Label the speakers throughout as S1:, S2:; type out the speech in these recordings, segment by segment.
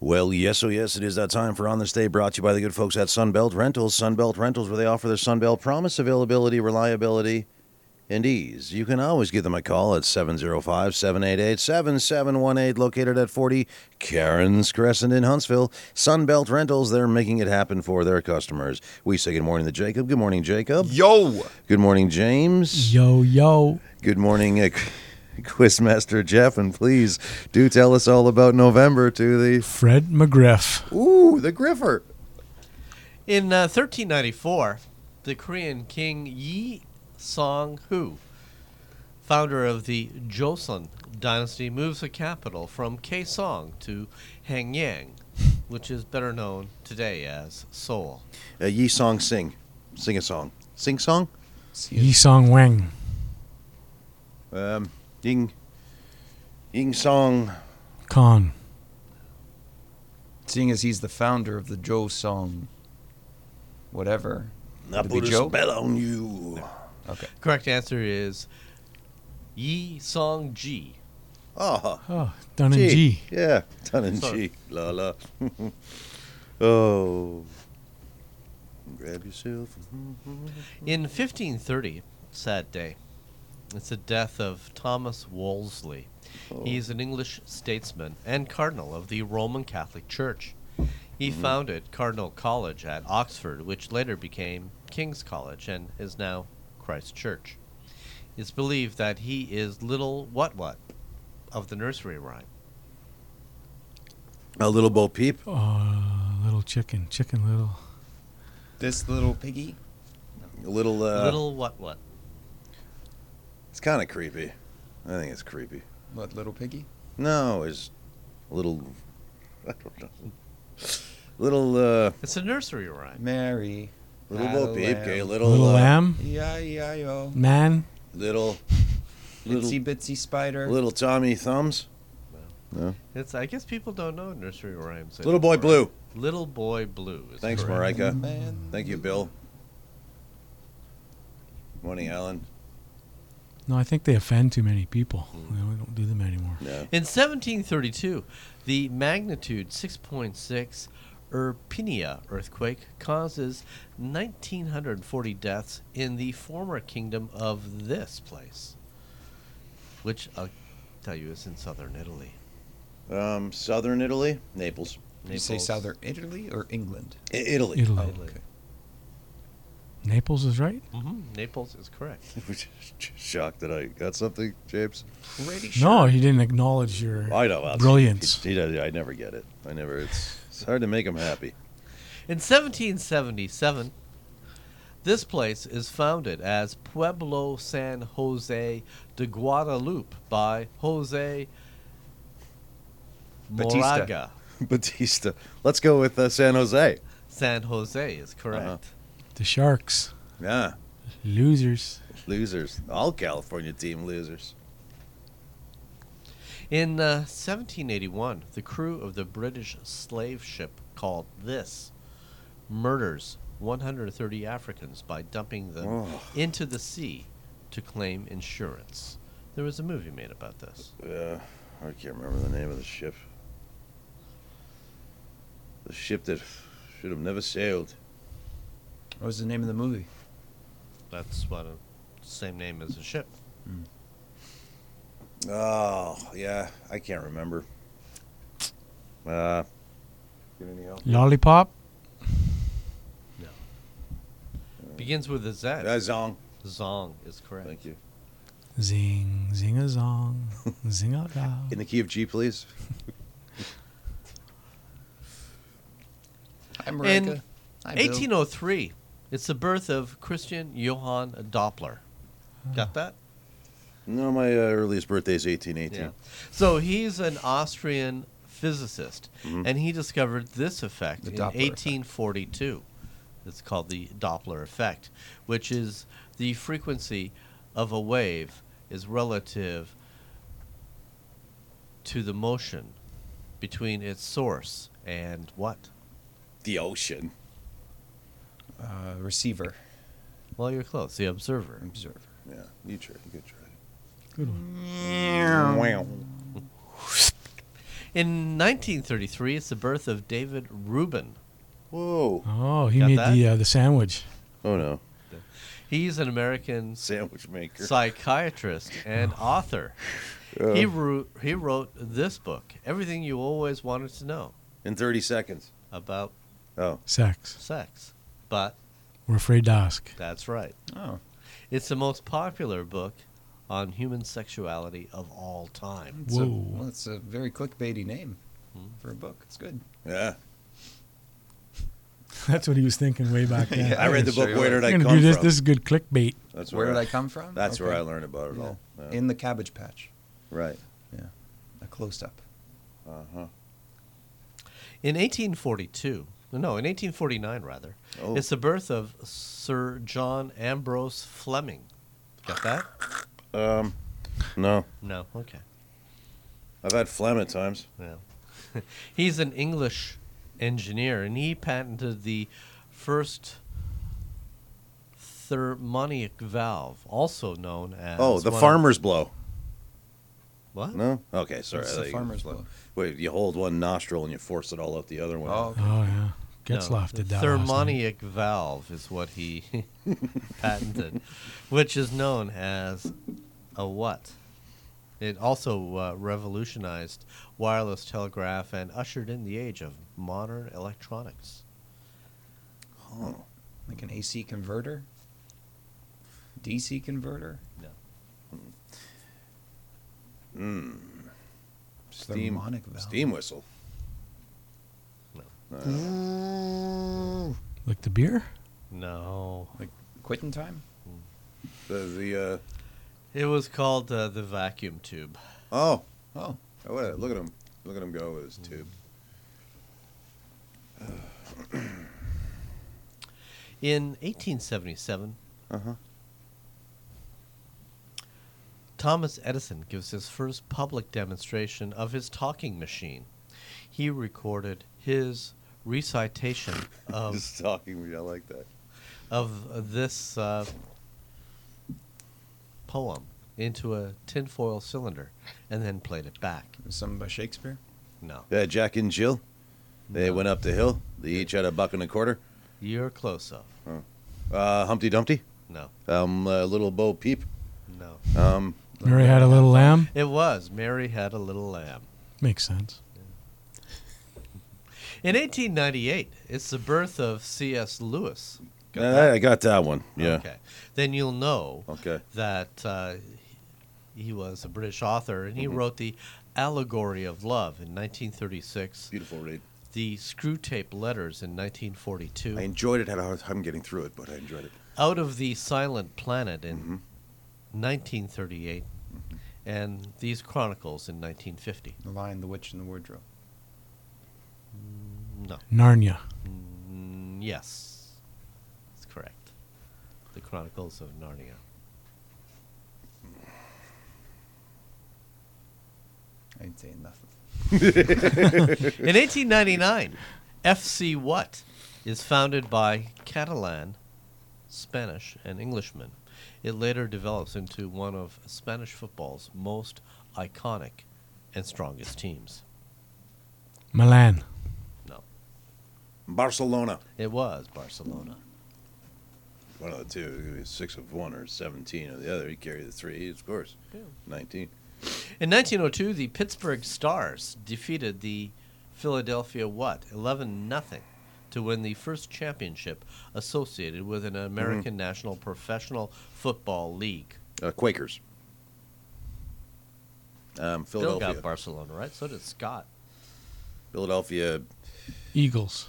S1: Well, yes, oh yes, it is that time for On This Day, brought to you by the good folks at Sunbelt Rentals. Sunbelt Rentals, where they offer their Sunbelt promise, availability, reliability, and ease. You can always give them a call at 705 788 7718, located at 40 Karen's Crescent in Huntsville. Sunbelt Rentals, they're making it happen for their customers. We say good morning to Jacob. Good morning, Jacob.
S2: Yo,
S1: Good morning, James.
S3: Yo, yo.
S1: Good morning, uh, Quizmaster Jeff, and please do tell us all about November to the
S3: Fred McGriff.
S1: Ooh, the Griffer.
S4: In uh, 1394, the Korean king Yi Song-hu, founder of the Joseon dynasty, moves the capital from Kaesong to Hanyang, which is better known today as Seoul.
S1: Uh, Yi Song Sing. Sing a song. Sing song?
S3: Yi Song Wang.
S1: Um, Ying. Ying Song.
S3: Khan.
S2: seeing as he's the founder of the Joe Song, whatever.
S1: I
S2: Would it
S1: put a
S2: be Joe?
S1: spell on you.
S4: Correct answer is Yi Song-ji.
S1: Oh,
S3: Oh, done in
S1: G.
S3: G.
S1: Yeah, done in G.
S4: Sorry.
S1: La la. oh. Grab yourself.
S4: In 1530, sad day, it's the death of Thomas Wolsey.
S1: Oh.
S4: He is an English statesman and cardinal of the Roman Catholic Church. He
S1: Mm-hmm.
S4: founded Cardinal College at Oxford, which later became King's College and is now Christ Church. It's believed that he is little what what of the nursery rhyme.
S1: A little Bo Peep.
S3: Oh, little chicken. Chicken little.
S2: This little piggy.
S1: A little. Uh,
S4: little what what.
S1: It's kind of creepy. I think it's creepy.
S2: What little piggy?
S1: No, it's a little. I don't know. Little. uh
S4: It's a nursery rhyme.
S2: Mary.
S1: Little
S2: had
S1: Bo
S2: a
S1: Peep.
S2: lamb.
S1: Okay, little.
S3: Little,
S1: uh,
S3: lamb.
S2: Yeah, yeah, yo.
S3: Man.
S1: Little. Little.
S2: Itsy bitsy spider.
S1: Little Tommy Thumbs.
S4: It's I guess people don't know nursery rhymes.
S1: Little Boy
S4: anymore.
S1: Blue.
S4: Little boy blue. Is
S1: Thanks,
S4: correct.
S1: Marika.
S2: man.
S1: Thank you, Bill. Morning, Alan.
S3: No, I think they offend too many people. You know, we don't do them anymore.
S1: No.
S4: In 1732, the magnitude 6.6 Irpinia earthquake causes 1,940 deaths in the former kingdom of this place, which I'll tell you is in southern Italy.
S1: Um, southern Italy, Naples,
S2: Did you say
S4: Naples.
S2: southern Italy or England?
S1: I- Italy.
S3: Italy.
S4: Italy.
S3: Naples is right?
S4: Mhm, Naples is correct.
S1: Shocked that I got something, James.
S2: Pretty
S3: No, he didn't acknowledge your.
S1: I know. that's-
S3: Brilliance.
S1: He, he does- I never get it. I never. It's, it's hard to make him happy.
S4: In 1777, this place is founded as Pueblo San Jose de Guadalupe by Jose
S2: Batista.
S4: Moraga.
S1: Batista. Let's go with uh, San Jose.
S4: San Jose is correct.
S3: The Sharks.
S1: Yeah.
S3: Losers.
S1: Losers. All California team losers.
S4: In uh, 1781, the crew of the British slave ship called This murders 130 Africans by dumping them
S1: Oh.
S4: into the sea to claim insurance. There was a movie made about this.
S1: Uh, I can't remember the name of the ship. The ship that should have never sailed.
S2: What was the name of the movie?
S4: That's what a same name as a ship.
S1: Oh, yeah. I can't remember. Uh,
S3: Lollipop.
S4: Begins with a Z.
S1: uh, Zong.
S4: Zong is correct.
S1: Thank you.
S3: Zing, zing a zong. zing a da.
S1: In the key of G, please.
S2: I'm
S4: In
S2: Marika. Hi, Bill.
S3: oh-
S4: 1803. It's the birth of Christian Johann Doppler. Got that?
S1: No, my uh, earliest birthday is 1818.
S4: Yeah. So he's an Austrian physicist, and he discovered this effect
S2: Mm-hmm. The
S4: in
S2: Doppler effect.
S4: 1842. It's called the Doppler effect, which is the frequency of a wave is relative to the motion between its source and what?
S1: The ocean.
S2: Uh, receiver.
S4: Well, you're close. The observer.
S2: Observer.
S1: Yeah, you try. Good try.
S3: Good one.
S1: Wow.
S4: In 1933, it's the birth of David Rubin.
S1: Whoa.
S3: Oh, he
S4: Got
S3: made
S4: that?
S3: the uh, the sandwich.
S1: Oh no.
S4: He's an American
S1: Sandwich maker.
S4: psychiatrist and author.
S1: Uh,
S4: He, wrote, he wrote this book, Everything You Always Wanted to Know
S1: in 30 seconds.
S4: About
S1: Oh.
S3: Sex.
S4: Sex. But
S3: We're afraid to ask.
S4: that's right.
S2: Oh,
S4: It's the most popular book on human sexuality of all time.
S2: it's a,
S3: Whoa.
S2: well, it's a very clickbaity name
S1: Hmm.
S2: for a book. It's good.
S1: Yeah.
S3: That's what he was thinking way back then.
S1: I read the
S2: sure
S1: book.
S2: you
S1: Where
S2: were.
S1: did
S3: I'm
S1: I
S3: gonna
S1: come
S3: do this.
S1: from?
S3: This is good clickbait.
S1: that's
S2: Where
S1: where,
S2: did I
S1: I,
S2: come from?
S1: That's where
S2: Okay.
S1: I learned about it
S2: Yeah.
S1: all. Yeah.
S2: In the Cabbage Patch,
S1: Right.
S2: a close up.
S1: Uh huh.
S4: In 1842, no, in 1849 rather,
S1: Oh.
S4: it's the birth of Sir John Ambrose Fleming. Got that?
S1: Um, no,
S4: No. Okay.
S1: I've had phlegm at times.
S4: Yeah. He's an English engineer, and he patented the first thermonic valve, also known as
S1: oh, the
S4: one of-
S1: farmer's blow.
S4: What?
S1: No. Okay, sorry.
S2: It's
S1: I
S2: the
S1: thought you-
S2: farmer's blow.
S1: Wait, you hold one nostril and you force it all out the other one.
S2: Oh, okay.
S3: Oh yeah, gets
S4: No,
S3: laughed
S4: the
S3: at that. last night.
S4: Thermoniac valve is what he patented, which is known as a what? It also uh, revolutionized wireless telegraph and ushered in the age of modern electronics.
S1: Oh.
S2: like an AC converter, DC converter,
S1: Mm. Steam.
S2: thermonic valve.
S1: Steam whistle.
S4: No.
S1: Uh,
S3: Like the beer.
S4: No.
S2: Quitting time.
S1: the uh, the
S4: It was called uh, the vacuum tube.
S1: uh, oh
S2: Oh,
S1: oh, what a- look at him look at him go with his tube.
S4: In 1877,
S1: Uh huh.
S4: Thomas Edison gives his first public demonstration of his talking machine. He recorded his recitation
S2: Um,
S4: of,
S1: Just talking to me. I like that.
S4: of this uh, poem into a tinfoil cylinder and then played it back.
S2: some by Shakespeare.
S4: No.
S1: Yeah, Jack and Jill. They
S4: No.
S1: went up the hill. They each had a buck and a quarter.
S4: You're close, though.
S1: Uh, Humpty Dumpty.
S4: No.
S1: Um, uh, little Bo Peep.
S4: No.
S1: Um,
S3: Mary had a little lamb.
S4: It was Mary Had a Little Lamb.
S3: Makes sense.
S4: In 1898, it's the birth of C.S. Lewis. Got
S1: yeah,
S4: that?
S1: I got that one. Yeah.
S4: Okay. Then you'll know
S1: Okay.
S4: that uh, he was a British author, and he
S1: Mm-hmm.
S4: wrote the Allegory of Love in 1936,
S1: Beautiful read.
S4: the Screw Tape Letters in 1942,
S1: I enjoyed it. Had a hard time getting through it, but I enjoyed it.
S4: Out of the Silent Planet in
S1: Mm-hmm.
S4: 1938, and these Chronicles in 1950.
S2: The Lion, the Witch, and the Wardrobe.
S4: No,
S3: Narnia.
S4: Mm, yes, that's correct. The Chronicles of Narnia.
S2: I ain't saying nothing.
S4: In 1899, FC What is founded by Catalan, Spanish, and Englishmen. It later develops into one of Spanish football's most iconic and strongest teams.
S3: Milan.
S1: Barcelona.
S4: It was Barcelona.
S1: One of the two. It could be six of one or seventeen of the other. You carry the three, of course.
S4: Yeah.
S1: Nineteen.
S4: In 1902, the Pittsburgh Stars defeated the Philadelphia What 11 nothing to win the first championship associated with an American National Professional Football League.
S1: Uh, Quakers. Um,
S4: Phil
S1: Philadelphia.
S4: got Barcelona, right? So did Scott.
S1: Philadelphia
S3: Eagles.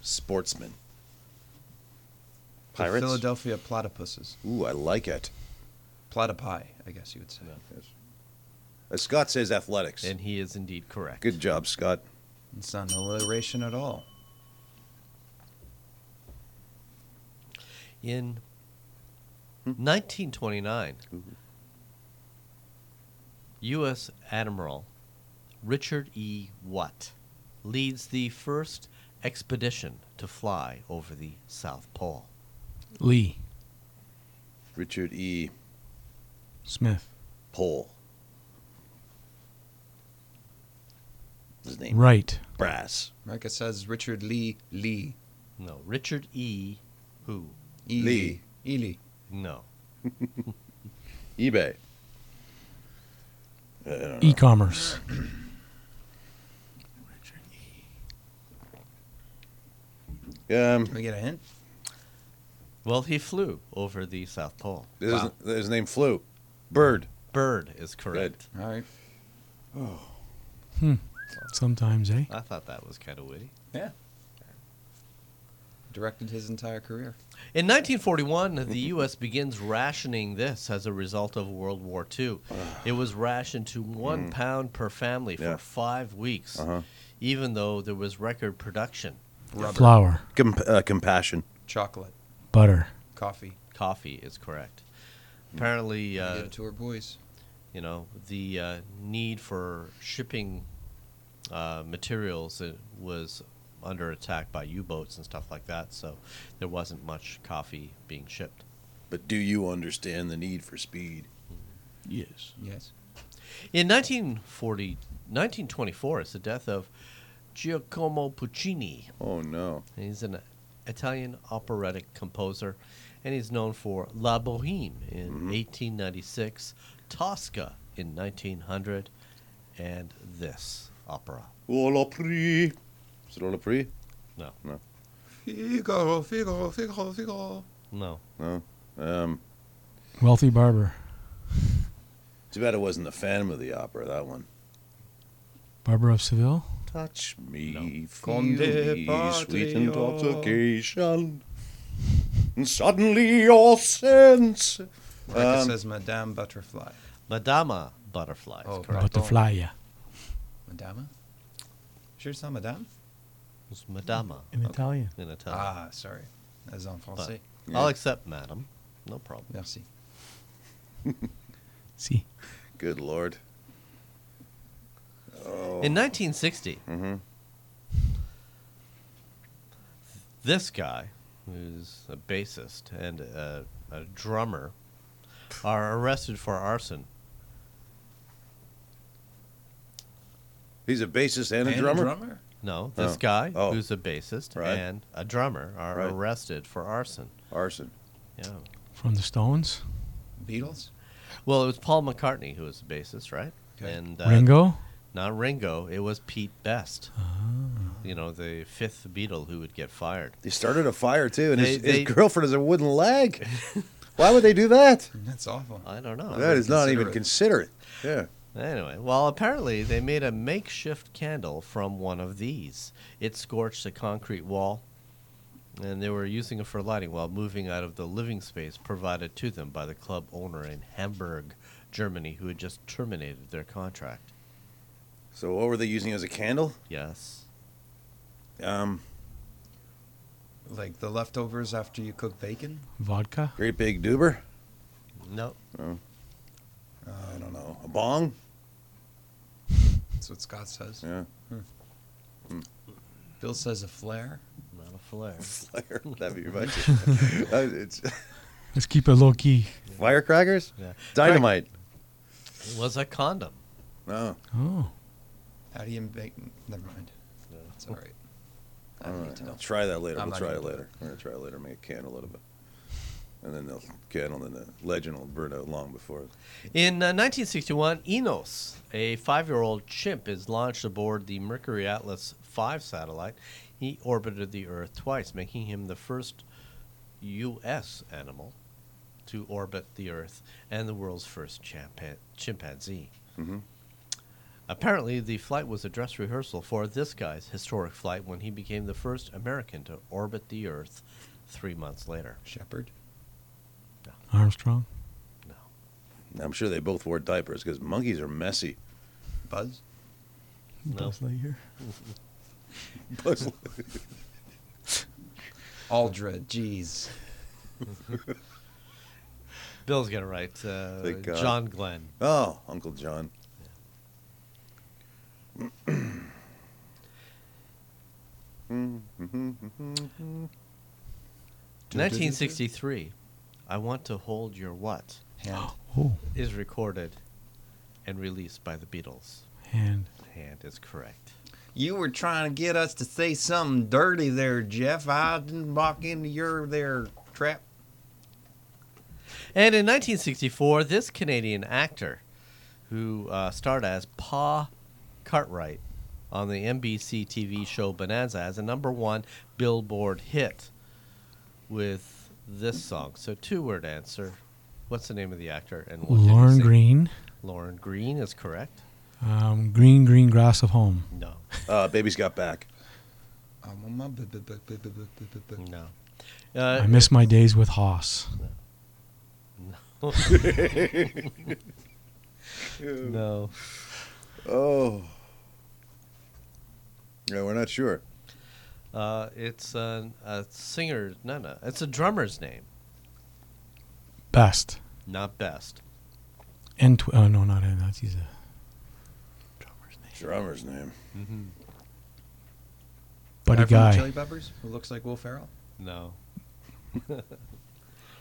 S1: sportsmen.
S2: The
S1: Pirates.
S2: Philadelphia Platypuses.
S1: Ooh, I like it.
S2: Platypi, I guess you would say.
S1: Uh, Scott says athletics.
S4: And he is indeed correct.
S1: Good job, Scott.
S2: It's not an alliteration at all.
S4: In 1929, U.S. Admiral Richard E. Watt leads the first expedition to fly over the South Pole.
S3: Lee.
S1: Richard E.
S3: Smith.
S1: Pohl. his name.
S3: Right.
S1: Brass.
S2: America says Richard Lee Lee. E
S4: No, Richard E. Who?
S2: Ely. Ely.
S4: No.
S1: eBay. I don't know.
S3: E-commerce.
S1: Um,
S2: Can we get a hint?
S4: Well, he flew over the South Pole.
S1: his,
S2: Wow.
S1: his name flew. Bird.
S4: Bird is correct.
S2: All right.
S3: Sometimes, eh?
S4: I thought that was kind of witty.
S2: Yeah. Directed his entire career.
S4: In
S1: Mm-hmm.
S4: 1941, the U.S. begins rationing this as a result of World War II. It was rationed to one pound per family
S1: Ah. Mm. Yeah.
S4: for five weeks,
S1: Uh-huh.
S4: even though there was record production.
S2: Rubber.
S3: Flour,
S1: Com- uh, compassion.
S2: Chocolate.
S3: butter.
S2: Coffee.
S4: Coffee is correct.
S1: Mm.
S4: Apparently,
S2: Yeah.
S4: uh,
S2: Get it to her boys.
S4: you know, the uh, need for shipping uh, materials uh, was under attack by U-boats and stuff like that, so there wasn't much coffee being shipped.
S1: But do you understand the need for speed? Yes.
S2: Yes.
S4: In 1940, 1924, it's the death of Giacomo Puccini.
S1: Oh no.
S4: He's an Italian operatic composer, and he's known for La Boheme in
S2: Mm-hmm.
S4: 1896, Tosca in 1900, and this opera.
S1: Oh la prix. Is it all la prix?
S4: No,
S2: Figaro, Figaro, Figaro, Figaro.
S4: no.
S1: No. Um.
S3: Wealthy barber.
S1: Too bad it wasn't the Phantom of the Opera. That one.
S3: Barber of Seville?
S1: Touch me, feel
S2: Con de
S1: me, sweet
S2: patria.
S1: intoxication. And suddenly your sense.
S2: America
S1: Um,
S2: says Madame Butterfly.
S4: Madama Butterfly is
S2: Oh,
S4: correct.
S2: Pardon.
S3: Butterfly, yeah.
S2: Madama? Sure it's not Madame?
S4: It's Madama
S3: In Italian.
S4: in Italian.
S2: Ah, sorry. That's en français.
S4: I'll
S1: Yeah.
S4: accept Madam. No problem.
S2: Merci.
S3: See.
S1: Good lord. Oh.
S4: In 1960,
S1: Mhm.
S4: this guy, who's a bassist and a, a drummer, are arrested for arson.
S1: He's a bassist and a
S2: And
S1: drummer.
S2: drummer?
S4: No, this
S1: Oh.
S4: guy,
S1: Oh.
S4: who's a bassist
S1: Right.
S4: and a drummer, are
S1: Right.
S4: arrested for arson.
S1: Arson.
S4: Yeah.
S3: From the Stones?
S2: Beatles?
S4: Well, it was Paul McCartney who was the bassist, right?
S2: Okay.
S4: And uh,
S3: Ringo?
S4: Not Ringo. It was Pete Best.
S3: Ah.
S4: You know, the fifth Beatle who would get fired.
S1: They started a fire too, and his,
S4: They- they-
S1: his girlfriend is a wooden leg. Why would they do that?
S2: Mm, That's awful.
S1: Uh,
S4: I don't
S2: Oh,
S4: know.
S1: that is not even
S2: considerate.
S1: considerate. Yeah.
S4: Anyway, well, apparently they made a makeshift candle from one of these. It scorched a concrete wall, and they were using it for lighting while moving out of the living space provided to them by the club owner in Hamburg, Germany, who had just terminated their contract.
S1: So what were they using as a candle?
S4: Yes.
S1: Um,
S2: Like the leftovers after you cook bacon?
S3: Vodka?
S1: great big duber.
S4: No.
S1: Uh, I don't know. A bong.
S2: That's what Scott says.
S1: Yeah.
S2: Bill says a flare.
S4: Not a flare.
S1: Flare. That'd be much. Uh, it's
S3: Let's keep it low key.
S1: firecrackers.
S4: Yeah.
S1: Dynamite.
S4: It was a condom.
S1: No.
S3: Oh.
S2: How do you make. Never mind. It's all right. I
S1: All
S2: don't need
S1: right,
S2: to know.
S1: I'll try that later.
S2: I'm
S1: we'll
S2: not
S1: try it
S2: gonna do
S1: later. We're gonna try it later. Make a candle out of it, and then the candle and the legend will burn out long before. it.
S4: In uh, 1961, Enos, a five year old chimp, is launched aboard the Mercury Atlas V satellite. He orbited the Earth twice, making him the first U.S. animal to orbit the Earth and the world's first champa- chimpanzee.
S1: Mhm.
S4: Apparently, the flight was a dress rehearsal for this guy's historic flight when he became the first American to orbit the Earth three months later.
S2: Shepherd?
S3: Armstrong?
S1: I'm sure they both wore diapers because monkeys are messy.
S2: Buzz?
S4: No.
S3: Buzz Lightyear?
S1: Buzz-
S2: Aldra. Jeez.
S4: Bill's got it right. Uh,
S1: Thank God.
S4: John Glenn.
S1: oh, Uncle John.
S2: Do- do- do- do.
S4: 1963, I Want to Hold Your What
S2: Hand.
S3: Oh,
S4: is recorded and released by the Beatles.
S3: hand.
S4: And is correct.
S2: You were trying to get us to say something dirty there, Jeff. I didn't walk into your there trap.
S4: And in 1964, this Canadian actor, who uh, starred as Pa Cartwright on the NBC TV show Bonanza, as a number one Billboard hit with this song. So, two word answer. What's the name of the actor? And what did he
S3: Lauren
S4: sing?
S3: Green.
S4: Lauren Green is correct.
S3: Um, green, green grass of home.
S4: No,
S1: Uh, Baby's Got Back.
S2: I'm on my bu- bu- bu- bu- bu- bu- bu- bu- bu-
S4: no.
S3: I
S4: Uh,
S3: miss my days with Haas.
S4: no.
S1: Oh. Yeah, we're not sure.
S4: Uh, it's a, a singer. No, no. It's a drummer's name,
S3: Best.
S4: not best.
S3: And tw- oh no, not N. That's he's a drummer's name.
S1: Drummer's name.
S2: Guy from
S3: Buddy
S2: the
S3: Guy.
S2: Chili Peppers, who looks like Will Ferrell.
S4: No.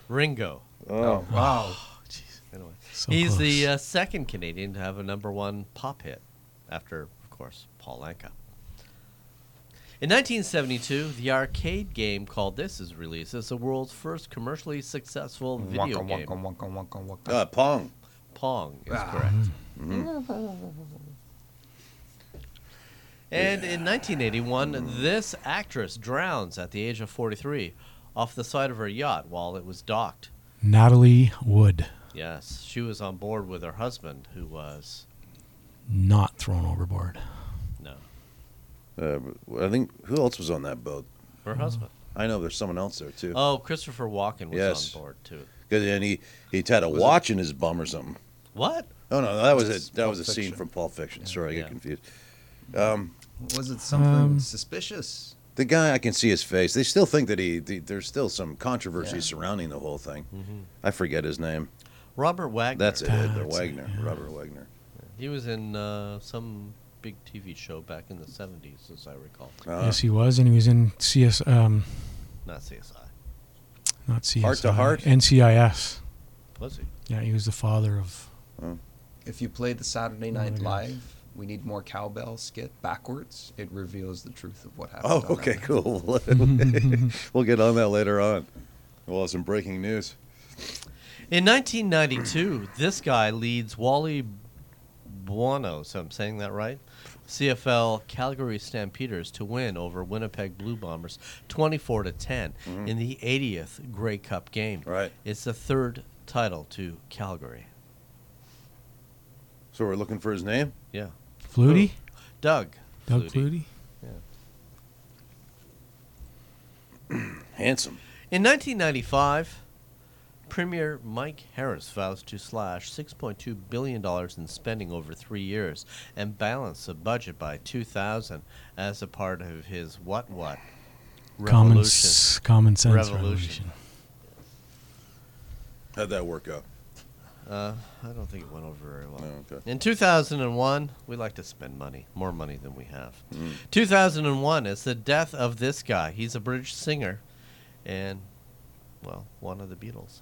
S4: Ringo.
S1: Oh.
S2: wow.
S4: Anyway,
S3: So
S4: he's the
S3: close.
S4: uh, second Canadian to have a number one pop hit, after, of course, Paul Anka. In 1972, the arcade game called this is released as the world's first commercially successful video
S2: Wonka,
S4: game.
S2: wonka, wonka, wonka, wonka.
S1: Uh, Pong.
S4: Pong is
S2: Ah.
S4: correct. And in 1981, this actress drowns at the age of 43 off the side of her yacht while it was docked.
S3: Natalie Wood,
S4: Yes, she was on board with her husband, who was
S3: not thrown overboard.
S4: no,
S1: Uh, I think, who else was on that boat?
S4: her husband.
S1: I know there's someone else there, too.
S4: Oh, Christopher Walken
S1: Mm-hmm.
S4: was
S1: Yes.
S4: on board too.
S1: Because and he, he had a
S2: Was it-
S1: watch in his bum or something.
S4: What?
S1: Oh no, that was
S2: It's
S1: a that was a
S2: Pulp
S1: scene
S2: Fiction.
S1: from Pulp Fiction. Sorry, I
S4: Yeah.
S1: get confused.
S2: Was it something
S3: Um,
S2: suspicious?
S1: The guy, I can see his face. They still think that he. The, there's still some controversy surrounding the whole thing. I forget his name.
S4: Robert Wagner.
S1: That's it. Edgar
S3: That's it,
S1: Wagner,
S3: yeah.
S1: Robert Wagner.
S4: He was in uh, some big TV show back in the '70s, as I recall.
S1: Uh,
S3: yes, he was, and he was in CS, um,
S4: Not CSI.
S3: not CS,
S1: Heart to Heart?
S3: NCIS.
S4: Was he?
S3: Yeah, he was the father of.
S2: If you play the Saturday Night
S3: it is.
S2: Live, we need more cowbell skit backwards. It reveals the truth of what happened.
S1: oh,
S2: on
S1: okay,
S2: that.
S1: cool. we'll get on that later on. We'll have some breaking news.
S4: In 1992, this guy leads Wally Buono, so I'm saying that right, CFL Calgary Stampeders to win over Winnipeg Blue Bombers 24 to 10 in the 80th Grey Cup game.
S1: Right.
S4: It's the third title to Calgary.
S1: So we're looking for his name.
S4: Yeah.
S3: Flutie?
S4: Doug.
S3: Doug
S4: Oh, Flutie.
S3: Flutie?
S1: Handsome.
S4: In 1995, Premier Mike Harris vows to slash $6.2 billion in spending over three years and balance the budget by 2000 as a part of his what what
S3: Common,
S4: revolution.
S3: s- common sense
S4: Revolution.
S3: revolution.
S1: How'd that work out?
S4: Uh, I don't think it went over very well.
S1: Oh, okay.
S4: In 2001, we like to spend money, more money than we have.
S1: Mm.
S4: 2001 is the death of this guy. He's a British singer and, well, one of the Beatles.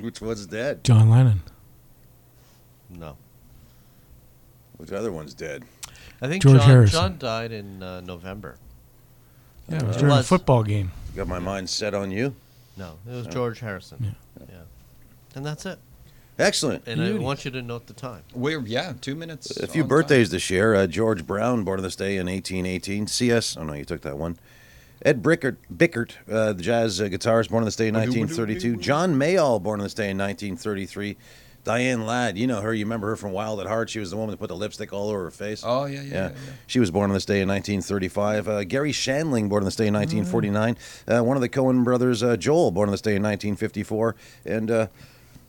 S1: Which one's dead?
S3: John Lennon.
S4: No.
S1: Which other one's dead?
S4: I think
S3: George
S4: John,
S3: Harrison.
S4: John died in uh, November.
S3: Yeah, it was
S4: Uh,
S3: during a
S4: was.
S3: football game.
S1: Got my mind set on you.
S4: No, it
S1: Oh.
S4: was George Harrison. Yeah. And that's it.
S1: Excellent.
S4: And I
S3: Beauty.
S4: want you to note the time.
S2: We're yeah, two minutes.
S1: A few
S2: on
S1: birthdays this year. Uh, George Brown, born on this day in 1818. C.S. Oh no, you took that one. Ed Brickert, Bickert, uh, the jazz uh, guitarist, born on this day in 1932. John Mayall, born on this day in 1933. Diane Ladd, you know her. You remember her from Wild at Heart. She was the woman that put the lipstick all over her face.
S2: time. Oh yeah, yeah, yeah.
S1: Yeah.
S2: yeah,
S1: She was born on this day in 1935. Uh, Gary Shandling, born on this day in 1949.
S2: Mm.
S1: Uh, one of the Cohen brothers, uh, Joel, born on this day in 1954. And uh,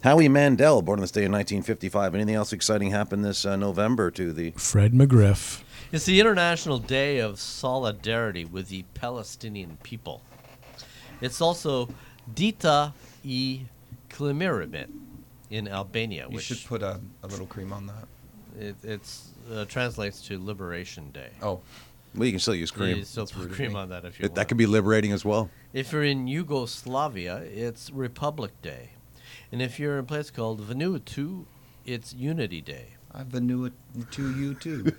S1: Howie Mandel, born on this day in 1955. Anything else exciting happened this uh, November to the.
S3: Fred McGriff.
S4: It's the International Day of Solidarity with the Palestinian People. It's also Dita e Klimirabit in Albania,
S2: You
S4: which
S2: should put a, a little cream on that.
S4: it it's, uh, translates to Liberation Day.
S2: Oh,
S1: Well, you can still use
S4: You
S1: cream.
S4: still put
S2: rude of
S4: cream
S2: me.
S4: on that if you
S1: That,
S4: want.
S1: that could be liberating as well.
S4: If you're in Yugoslavia, it's Republic Day. And if you're in a place called Vanuatu, it's Unity Day.
S2: I've been new to you too.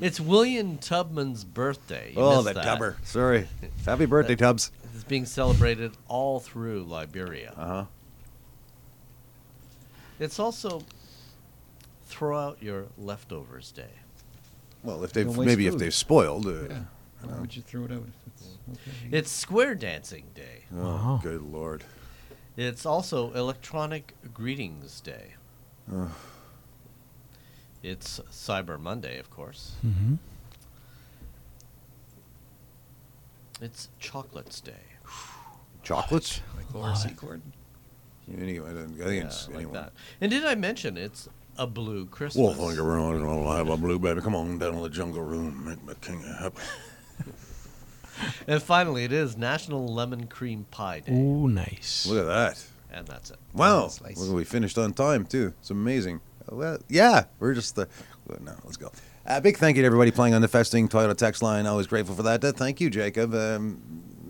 S4: It's William Tubman's birthday. You
S1: oh,
S4: missed
S1: the
S4: that.
S1: tubber. Sorry. Happy birthday, Tubbs.
S4: It's being celebrated all through Liberia.
S1: Uh huh.
S4: It's also throw out your leftovers day.
S1: Well, if they've
S2: Don't waste
S1: maybe if
S2: food.
S1: they've spoiled. Uh,
S2: yeah. Why would you throw it out if it's okay?
S4: It's square dancing day.
S1: Oh,
S2: Uh-huh.
S3: Wow.
S1: good lord.
S4: It's also electronic greetings day.
S1: Ugh.
S4: It's Cyber Monday, of course.
S3: Mm-hmm.
S4: It's chocolates day.
S1: Chocolates?
S2: like Laura Secord.
S1: Anyway, I think it's
S4: Yeah, like
S1: anyone.
S4: that. And did I mention it's a blue Christmas?
S1: Wolf on your room, and I'll have a blue baby. Come on down to the jungle room, make my king happy.
S4: and finally, it is National Lemon Cream Pie Day.
S3: Oh, nice.
S1: Look at that.
S4: And that's it.
S1: Wow.
S2: Slice.
S1: Look, we finished on time, too. It's amazing. Uh, Well, yeah, we're just the. well, No, let's go. Uh, big thank you to everybody playing on the Festing Toyota text line. Always grateful for that. Uh, thank you, Jacob. Um,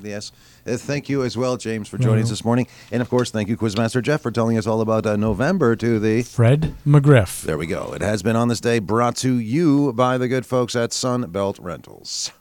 S1: yes. Uh, thank you as well, James, for joining us this morning. And of course, thank you, Quizmaster Jeff, for telling us all about uh, November to the.
S3: Fred McGriff.
S1: There we go. It has been on this day brought to you by the good folks at Sunbelt Rentals.